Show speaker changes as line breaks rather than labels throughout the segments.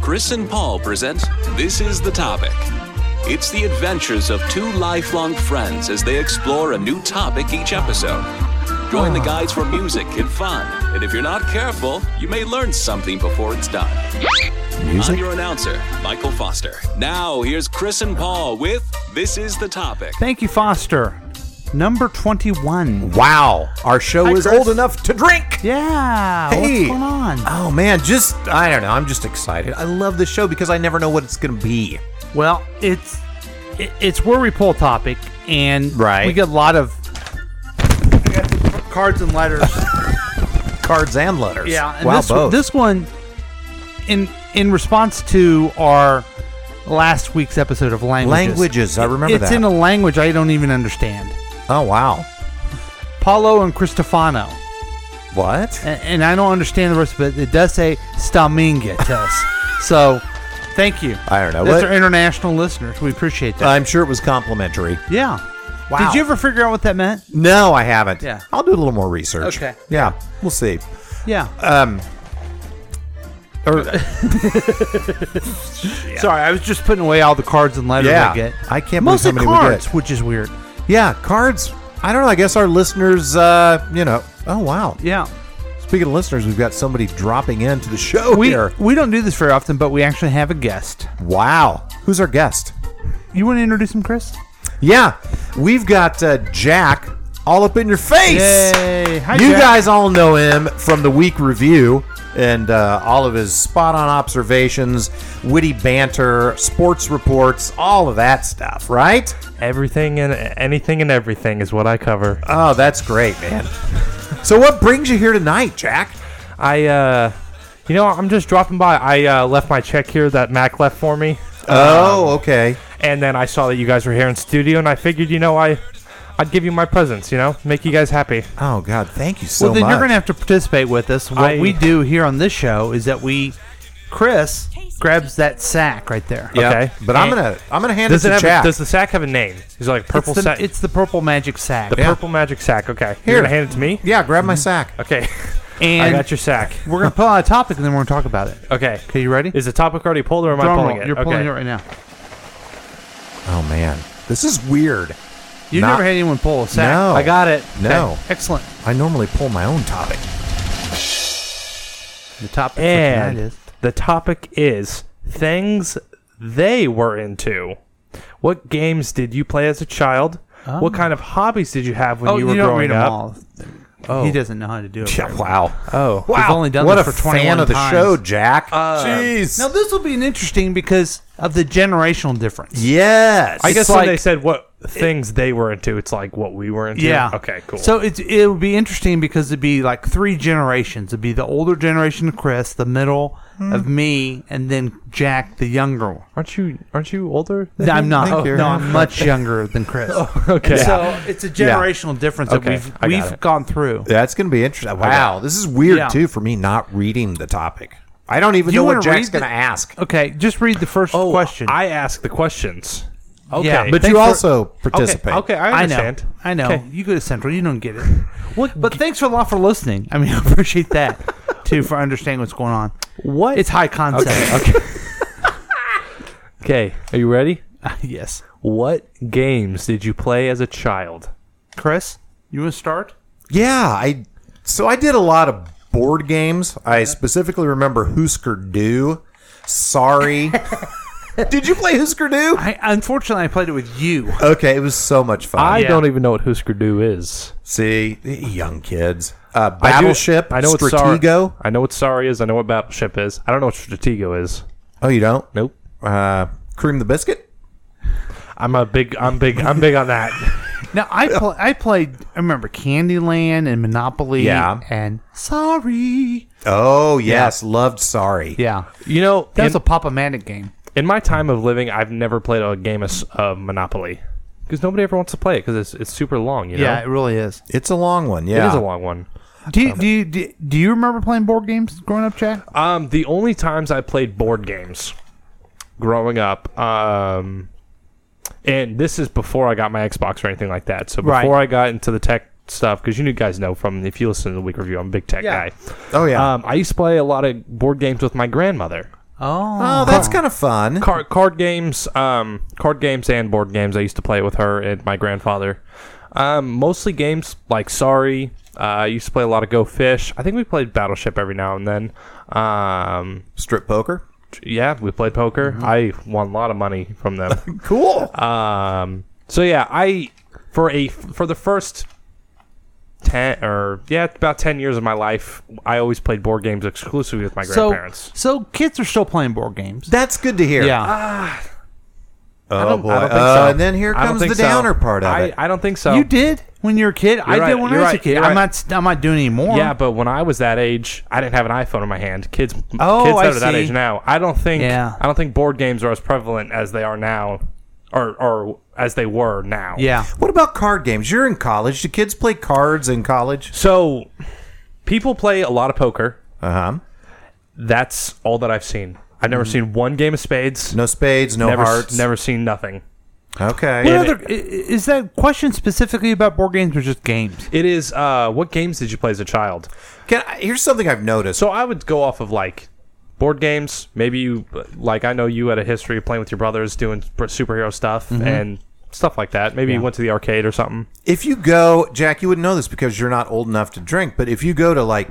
Chris and Paul present This is the Topic. It's the adventures of two lifelong friends as they explore a new topic each episode. Join the guides for music and fun, and if you're not careful, you may learn something before it's done. I'm your announcer, Michael Foster. Now, here's Chris and Paul with This is the Topic.
Thank you, Foster. Number 21.
Wow, our show
Hi,
is
Chris.
old enough to drink.
Yeah.
Hey.
What's going on?
Oh man, just I don't know. I'm just excited. I love this show because I never know what it's gonna be.
Well, it's it- it's where we poll topic, and
Right.
we get a lot of cards and letters.
Cards and letters.
yeah. And
wow,
this,
both.
this one, in in response to our last week's episode of languages.
Languages, I remember
it's
that.
in a language I don't even understand.
oh wow.
Paulo and Cristofano.
What?
and, and I don't understand the rest, but it does say Stamingetes. so, thank you.
I don't know.
That's
What-
our international listeners. We appreciate that.
I'm sure it was complimentary.
yeah.
Wow.
Did you ever figure out what that meant?
No, I haven't.
Yeah.
I'll do a little more research.
Okay.
Yeah, we'll see.
Yeah.
Um, or,
Sorry, I was just putting away all the cards and letters
Yeah.
I get.
I can't believe
Mostly
how many we
cards,
get.
which is weird.
yeah, cards. I don't know. I guess our listeners, uh, you know. Oh wow.
Yeah.
Speaking of listeners, we've got somebody dropping into the show
We
here.
we don't do this very often, but we actually have a guest.
Wow. Who's our guest?
You want to introduce him, Chris?
Yeah, we've got uh, Jack all up in your face.
Yay. Hi,
you
Jack.
guys all know him from the week review and uh, all of his spot on observations, witty banter, sports reports, all of that stuff, right?
Everything and anything and everything is what I cover.
Oh, that's great, man. so, what brings you here tonight, Jack?
I, uh, you know, I'm just dropping by. I uh, left my check here that Mac left for me,
Oh, okay.
and then I saw that you guys were here in studio, and I figured, you know, I, I'd give you my presence. You know, make you guys happy.
Oh, God, thank you so
Well, then
much.
you're going to have to participate with us. What
I-
we do here on this show is that we, Chris, grabs that sack right there.
yeah,
okay.
but I'm
And-
gonna I'm gonna hand
Does
it
it
to
have?
Jack.
A, does the sack have a name? Is it like purple
it's the,
sack?
It's the purple magic sack.
the
yeah.
purple magic sack. Okay.
Here.
You're gonna hand it to me.
yeah, grab my sack.
Okay.
And
I got your sack.
we're gonna pull out a topic and then we're gonna talk about it.
Okay.
Okay, you ready?
Is the topic already pulled, or am I
Drum
pulling
roll.
it?
You're
okay.
pulling it right now.
Oh man, this is weird.
You
Not-
have never had anyone pull a sack.
No.
I got it.
No.
Okay, Excellent.
I normally pull my own topic.
The topic for tonight
And
is
the topic is things they were into. What games did you play as a child? What kind of hobbies did you have when
oh,
you were
don't
growing
read 'em
up?
all. He doesn't know how to do it. very well.
wow.
Oh,
We've only done
what
this
a
for 21
fan of the
times.
show, Jack. Jeez.
Now this will be an interesting because of the generational difference.
yes.
I guess
it's
when they
like-
said what things they were into, it's like what we were into.
Yeah.
Okay. Cool.
So it's it would be interesting because it'd be like three generations. It'd be the older generation of Chris, the middle
Hmm.
of me, and then Jack, the younger one.
aren't you aren't you older? than
No, I'm
me?
not.
Thank you.
no, I'm much younger than Chris.
Okay.
So it's a generational difference that
Okay,
we've
I got
we've
it.
gone through.
That's going to be interesting. Wow. This is weird,
Yeah.
too, for me not reading the topic. I don't even
You
know
wanna
what Jack's
read the-
going to ask.
Okay, just read the first
Oh,
question.
I ask the questions. Okay.
Yeah,
But
Thanks
you
for-
also
okay.
participate.
Okay. I
I
understand.
know. I know.
Okay.
You go to Central, you don't get it. What, but thanks a lot for listening. I mean, I appreciate that too for understanding what's going on.
What?
It's high concept.
okay. okay. Are you ready?
yes.
What games did you play as a child?
Chris, you want to start?
Yeah. I. So I did a lot of board games. I specifically remember Hoosker Do. Sorry. did you play Hoosker Do?
I unfortunately I played it with you.
Okay. It was so much fun.
Uh,
I
Yeah.
don't even know what Husker Du is.
See, young kids. Uh,
I do-
Battleship.
I know what Sar-
Stratego.
I know what Sorry is. I know what Battleship is. I don't know what Stratego is.
Oh, you don't?
Nope.
Uh, cream the biscuit?
I'm a big. I'm big. I'm big on that.
Now I pl- I played. I remember Candyland and Monopoly.
Yeah.
And Sorry.
Oh yes, loved. Sorry.
Yeah.
You know,
That was
in,
a Papa Manic game.
in my time of living, I've never played a game of s- of Monopoly because nobody ever wants to play it because it's it's super long. You know,
Yeah, it really is.
It's a long one.
it
Yeah,
is a long one.
Do you, do you, do do you remember playing board games growing up, Chad?
Um, the only times I played board games growing up, um, and this is before I got my Xbox or anything like that. So
Right.
before I got into the tech stuff, because you new guys know from if you listen to the week review, I'm a big tech
Yeah.
guy.
Oh yeah.
Um, I used to play a lot of board games with my grandmother.
Oh,
Oh, that's kind of fun.
card card games, um, card games and board games. I used to play with her and my grandfather. Um, mostly games like Sorry. Uh, I used to play a lot of Go Fish. I think we played Battleship every now and then. Um,
Strip poker.
yeah, we played poker. I won a lot of money from them.
Cool.
um, so yeah, I for a for the first ten or yeah about ten years of my life, I always played board games exclusively with my
so
grandparents.
so kids are still playing board games.
that's good to hear.
yeah,
I
Oh
don't-
boy.
I don't think
Uh,
so.
and then here
I don't
comes the
think so.
downer part of
I,
it.
I don't think so.
you did when you were a kid. I
You're
did
right,
when I
you're
was a
right,
kid.
you're
I'm
right.
not I'm not doing it anymore.
Yeah, but when I was that age, I didn't have an iPhone in my hand. Kids,
Oh,
kids
I
that are that
see.
age now. I don't think.
Yeah.
I don't think board games are as prevalent as they are now, or or as they were now.
yeah.
what about card games? You're in college. Do kids play cards in college?
So, people play a lot of poker.
Uh huh.
That's all that I've seen. I've never seen one game of spades.
Mm. No spades. No
never,
hearts.
never seen nothing.
Okay.
What other, i- i- is that question specifically about board games or just games?
It is. Uh, what games did you play as a child?
Can I, here's something I've noticed.
So I would go off of like board games. Maybe you like I know you had a history of playing with your brothers, doing pr- superhero stuff
Mm-hmm.
and stuff like that. Maybe you went to the arcade or something.
if you go, Jack, you wouldn't know this because you're not old enough to drink, but if you go to like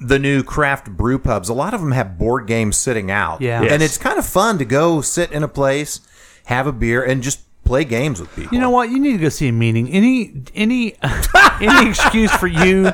the new craft brew pubs, a lot of them have board games sitting out.
Yeah.
Yes.
And it's kind of fun to go sit in a place, have a beer, and just play games with people.
You know what? You need to go see a meeting. Any any any excuse for you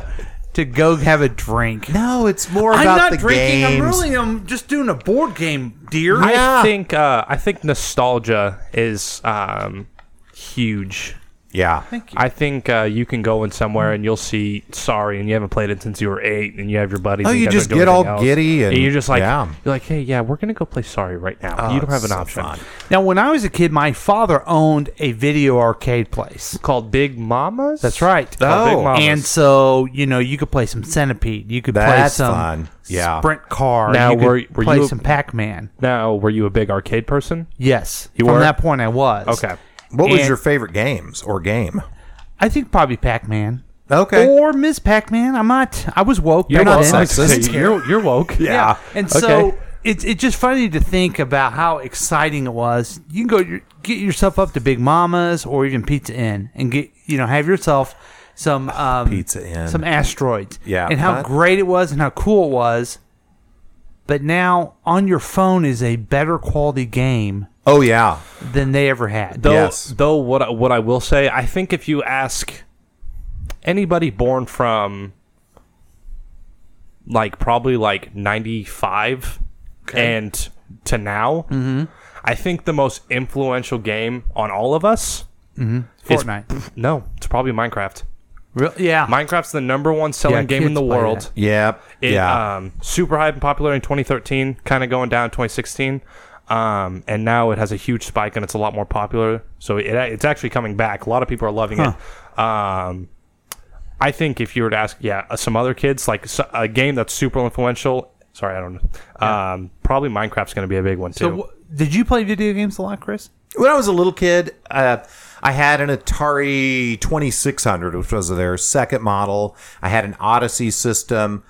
to go have a drink.
No, it's more about
I'm not
the
drinking.
games.
I'm really I'm just doing a board game, dear.
Yeah.
I think uh, I think nostalgia is um, huge.
yeah.
I think uh, you can go in somewhere and you'll see sorry, and you haven't played it since you were eight, and you have your buddies.
Oh,
and
you
guys are
just
doing
get all
everything else.
giddy and-
you're just like
yeah.
you're like hey yeah we're gonna go play sorry right now. you don't
it's
have an
so
option
fun.
Now, when I was a kid, my father owned a video arcade place.
called Big Mamas.
That's right.
Called Big
Oh.
Mamas.
And so, you know, you could play some Centipede. You could
That's
play some
fun. Yeah.
Sprint Car.
Now,
you could
were- were
play
you-
some Pac Man.
Now, were you a big arcade person?
Yes.
You
From
were?
that point, I was.
Okay.
What was
And-
your favorite games or game?
I think probably Pac Man.
Okay.
Or Ms. Pac Man. I'm not. I was woke.
You're
back
woke.
then.
not sexist.
You're, you're woke.
Yeah. And so
Okay.
it's it's just funny to think about how exciting it was. You can go your, get yourself up to Big Mama's or even Pizza Inn and get you know have yourself some um,
Pizza Inn.
some asteroids.
Yeah,
And how
but-
great it was and how cool it was. But now on your phone is a better quality game
Oh yeah.
than they ever had.
Though,
Yes.
though what, I- what I will say, I think if you ask anybody born from like probably like 95 and to now,
Mm-hmm.
I think the most influential game on all of us is
Mm-hmm. Fortnite.
No, it's probably Minecraft.
Real, yeah.
Minecraft's the number one selling
Yeah,
game in
kids
the
play
world.
that.
Yep.
It,
yeah.
um, super hype and popular in 2013, kind of going down in 2016. Um, and now it has a huge spike and it's a lot more popular. So it, it's actually coming back. A lot of people are loving it. Um, I think if you were to ask, yeah, uh, some other kids, like so, a game that's super influential. Sorry, I don't know. Um, probably Minecraft's going to be a big one too.
So wh- did you play video games a lot, Chris?
When I was a little kid, uh, I had an Atari 2600, which was their second model. I had an Odyssey system.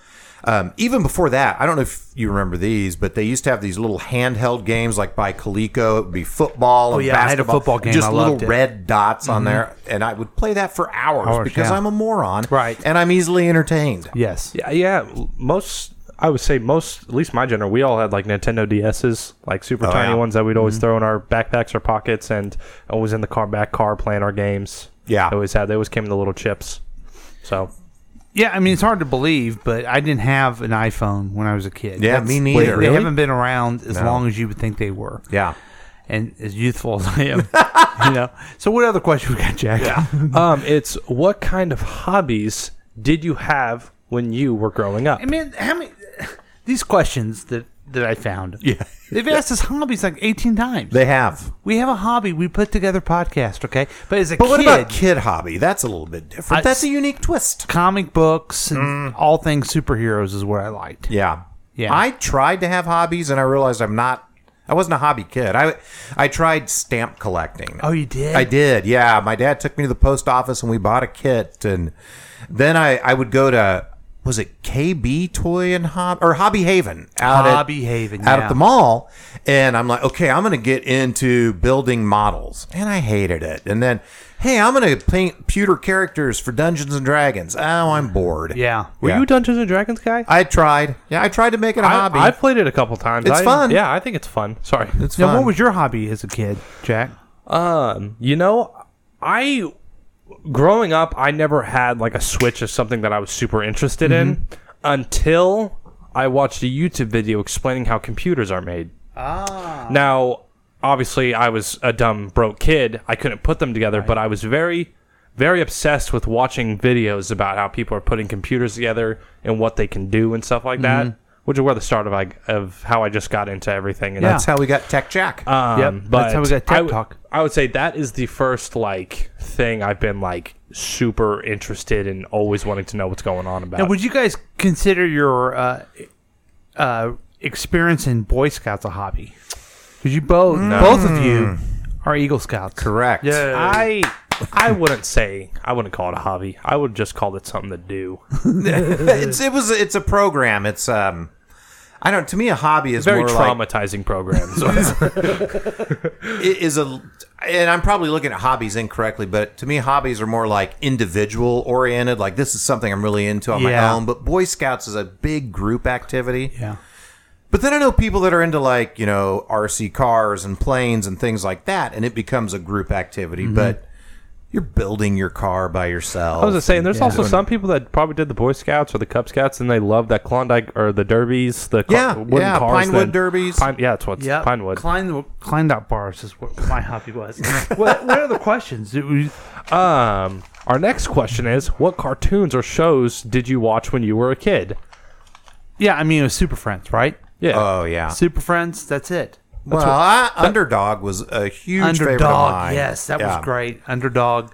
Um, even before that, I don't know if you remember these, but they used to have these little handheld games like by Coleco. It would be football. and
Oh, yeah, I had a
basketball,
football game.
Just
I
little
loved it. Mm-hmm.
red dots on there. And I would play that for hours,
Hours,
because
yeah.
I'm a moron.
Right.
And I'm easily entertained.
Yes.
yeah, yeah, l- most. I would say most, at least my generation, we all had like Nintendo DSs, like super tiny
Oh, yeah.
ones that we'd always throw in our backpacks or pockets, and always in the car back car playing our games.
Yeah.
they always had. They always came in the little chips. So
Yeah, I mean it's hard to believe, but I didn't have an iPhone when I was a kid.
Yeah, me
they-
neither.
They,
Really?
haven't been around as long as you would think they were.
Yeah.
and as youthful as I am, you know. So, what other question we got, Jack?
um, it's what kind of hobbies did you have when you were growing up?
I mean, how many these questions that that I found? Yeah, they've asked us hobbies like eighteen times.
They have.
we have a hobby. We put together podcast. Okay, but as a
But
kid,
what about kid hobby? That's a little bit different.
I-
That's a unique twist.
comic books and all things superheroes is what I liked.
Mm. Yeah.
Yeah.
I tried to have hobbies and I realized I'm not I wasn't a hobby kid. I I tried stamp collecting.
Oh, you did?
I did. Yeah, my dad took me to the post office and we bought a kit and then I I would go to was it KB Toy and Hobby or Hobby Haven out
Hobby
at,
Haven,
out
yeah.
at the mall, and I'm like, okay, I'm gonna get into building models, and I hated it. And then, hey, I'm gonna paint pewter characters for Dungeons and Dragons. Oh, I'm bored.
Yeah.
Were
Yeah.
you a Dungeons and Dragons guy?
I tried. Yeah, I tried to make it a hobby.
I, have played it a couple times.
It's
I-
fun.
Yeah, I think it's fun. Sorry.
it's
Now,
fun.
what was your hobby as a kid, Jack?
Um, you know, I growing up, I never had like a switch of something that I was super interested in until I watched a YouTube video explaining how computers are made. Ah. Now, obviously, I was a dumb broke kid. I couldn't put them together, but I was very very obsessed with watching videos about how people are putting computers together and what they can do and stuff like that, which is where the start of I, of how I just got into everything. And
Yeah.
That's how we got Tech Jack.
um,
Yep,
But
that's how we got Tech
I would-
Talk.
I would say that is the first like thing I've been like super interested in, always wanting to know what's going on about.
Now, would you guys consider your uh, uh, experience in Boy Scouts a hobby? Because you both, both of you, are Eagle Scouts.
Correct.
Yeah.
I I wouldn't say I wouldn't call it a hobby. I would just call it something to do.
It's it was it's a program. It's um I don't to me a hobby is
Very
more like-
traumatizing programs.
it is a and I'm probably looking at hobbies incorrectly, but to me hobbies are more like individual oriented, like this is something I'm really into on
Yeah.
my own, but Boy Scouts is a big group activity.
Yeah.
But then I know people that are into like, you know, RC cars and planes and things like that and it becomes a group activity, but you're building your car by yourself.
I was just saying, there's also some people that probably did the Boy Scouts or the Cub Scouts, and they love that Klondike or the Derbies, the cl-
Yeah,
wooden
yeah,
cars,
Pinewood
that-
Derbies.
Pine, yeah, that's what's
Yeah.
Pinewood.
Klein, Klein dot bars is what my hobby was. what, what are the questions? It was-
Um, our next question is: What cartoons or shows did you watch when you were a kid?
yeah, I mean, it was Super Friends, right?
Yeah.
Oh yeah.
Super Friends, that's it.
Well, I, underdog was a huge favorite of
Underdog,
mine.
yes, that
Yeah.
was great. Underdog.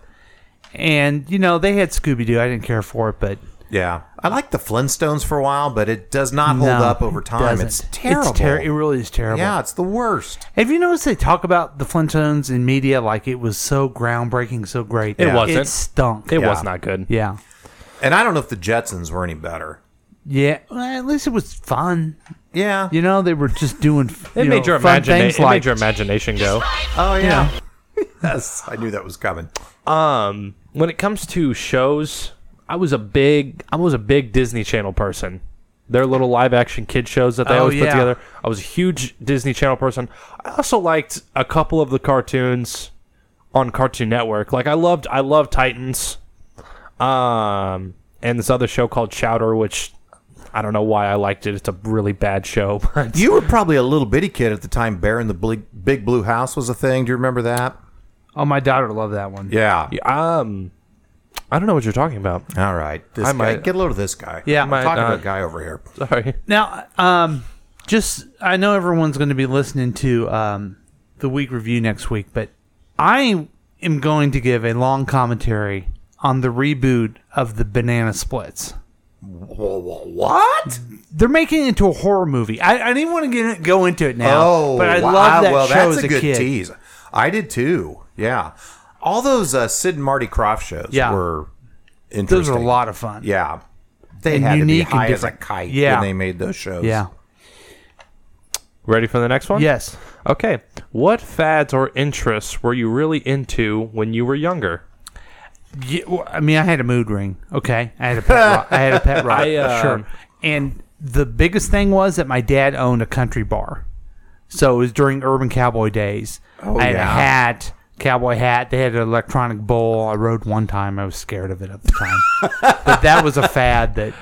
And, you know, they had Scooby Doo. I didn't care for it, but
Yeah, I liked the Flintstones for a while, but it does not hold
no,
up over
it
time.
doesn't.
It's terrible.
ter- it really is terrible.
yeah, it's the worst.
Have you noticed they talk about the Flintstones in media like it was so groundbreaking, so great?
It
Yeah.
wasn't.
It stunk.
it
yeah.
was not good.
yeah.
And I don't know if the Jetsons were any better.
Yeah. Well, at least it was fun.
Yeah.
You know, they were just doing f-
It
you
made
know,
your
fun
imagination.
things
It
like
made your imagination go.
oh yeah. yes, I knew that was coming.
Um, when it comes to shows, I was a big, I was a big Disney Channel person. Their little live action kid shows that they
Oh,
always put
yeah.
together. I was a huge Disney Channel person. I also liked a couple of the cartoons on Cartoon Network. Like I loved, I loved Titans. Um, and this other show called Chowder, which I don't know why I liked it. It's a really bad show, but
You were probably a little bitty kid at the time. Bear in the Bli- Big Blue House was a thing. Do you remember that?
Oh, my daughter loved that one.
Yeah.
um, I don't know what you're talking about.
All right. This
I
guy.
might-
Get a load of this guy.
Yeah,
I'm
might
talking to
not.
a guy over here.
Sorry.
Now, um, just I know everyone's going to be listening to um, the week review next week, but I am going to give a long commentary on the reboot of the Banana Splits.
What?
They're mating it into a horror movie. I, I didn't want to get, go into it now,
Oh,
but I
wow.
love that
well,
show
that's
as
a good
kid.
tease. I did too. Yeah, all those uh, Sid and Marty Croft shows
Yeah.
were interesting.
Those are a lot of fun.
Yeah, they
And
had to be
unique and
high as a
different.
kite
Yeah.
when they made those shows.
yeah,
Ready for the next one?
yes.
Okay. What fads or interests were you really into when you were younger?
Yeah, well, I mean, I had a mood ring. Okay, I had a pet rock. I um, had a pet rock.
I, uh,
sure. And the biggest thing was that my dad owned a country bar, so it was during Urban Cowboy days. Oh, I had
yeah.
a hat, cowboy hat. They had an electronic bowl. I rode one time. I was scared of it at the time, but that was a fad that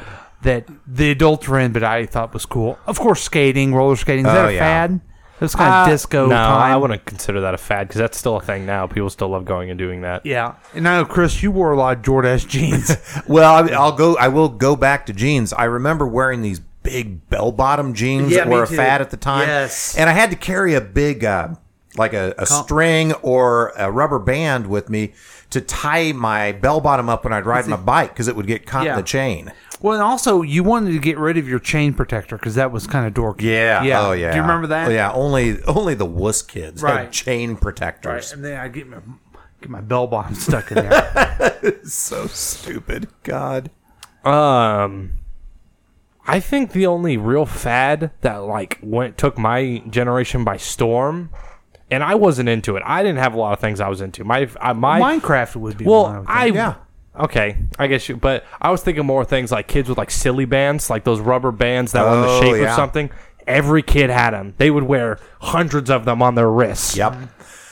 that the adults were in, but I thought was cool. Of course, skating, roller skating. Is
Oh,
that a
yeah.
fad? It was kind of Uh, disco.
no,
time.
I wouldn't consider that a fad because that's still a thing now. People still love going and doing that.
Yeah, and I know Chris, you wore a lot of Jordache jeans.
Well, I, I'll go. I will go back to jeans. I remember wearing these big bell-bottom jeans
Yeah,
that
me
were a
too.
fad at the time.
Yes.
and I had to carry a big, uh, like a, a string or a rubber band with me to tie my bell-bottom up when I'd ride my bike because it would get caught
Yeah.
in the chain.
Well, and also you wanted to get rid of your chain protector because that was kind of dorky.
Oh, yeah.
Do you remember that?
Oh, yeah. Only only the wuss kids
Right.
had chain
Right.
protectors.
And then I get my get my bell bottom stuck in there.
So stupid. God.
Um, I think the only real fad that like went took my generation by storm, and I wasn't into it. I didn't have a lot of things I was into. My I, my
Minecraft would be one. I
well,
would think.
I
yeah.
Okay, I guess you. But I was thinking more things like kids with like silly bands, like those rubber bands that were in
Oh,
the shape
yeah.
of something. Every kid had them. They would wear hundreds of them on their wrists.
Yep.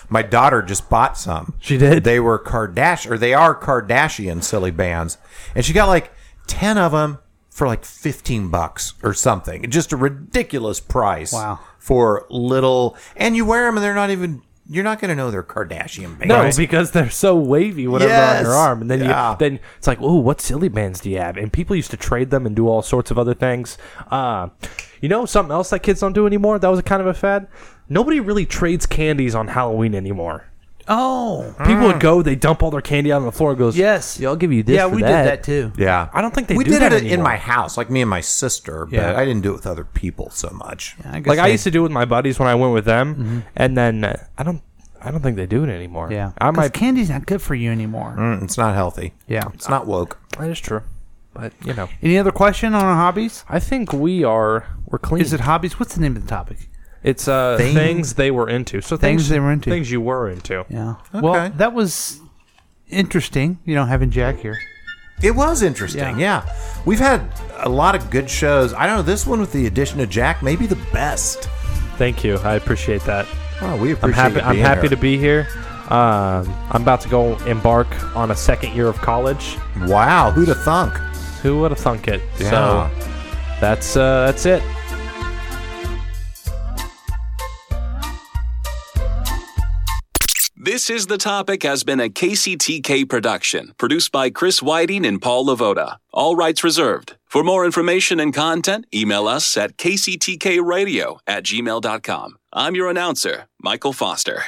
My daughter just bought some.
She did?
They were Kardashian, or they are Kardashian silly bands, and she got like ten of them for like fifteen bucks or something. Just a ridiculous price.
Wow.
For little, and you wear them, and they're not even. You're not going to know they're Kardashian bands.
No, because they're so wavy, whatever on your
Yes.
arm, and then
Yeah.
you, then it's like, oh, what silly bands do you have? And people used to trade them and do all sorts of other things. Uh, you know, something else that kids don't do anymore. That was a kind of a fad. Nobody really trades candies on Halloween anymore.
oh
People would go, they dump all their candy out on the floor. and Goes,
yes,
"Yeah, I'll give you this.
Yeah,
for
we
that.
did that too.
Yeah.
I don't think they
we
do
did
that
it in
anymore.
my house, like me and my sister,
Yeah.
but I didn't do it with other people so much.
I guess
Like I
they-
used to do with my buddies when I went with them, and then uh, I don't, I don't think they do it anymore.
Mm-hmm. Yeah,
I
'Cause
might.
Candy's not good for you anymore.
Mm, It's not healthy.
Yeah.
It's not woke.
That is true, but you know,
Any other question on our hobbies?
I think we are we're clean.
Is it hobbies? What's the name of the topic?
It's uh
Things-
things, they were into. So
Things they were into.
Things you were into.
Yeah. Well,
Okay.
that was interesting. You know, having Jack here.
It was interesting, yeah. We've had a lot of good shows. I don't know, this one with the addition of Jack, maybe the best.
Thank you. I appreciate that.
Oh, we
I'm
appreciate
happy.
you
I'm
being
happy
here.
to be here. Um, I'm about to go embark on a second year of college.
Wow, who'd have thunk?
Who would have thunk it?
Yeah.
So that's uh, that's it.
This is the topic has been a KCTK production, produced by Chris Whiting and Paul Lavoda. All rights reserved. For more information and content, email us at kctkradio at gmail.com. I'm your announcer, Michael Foster.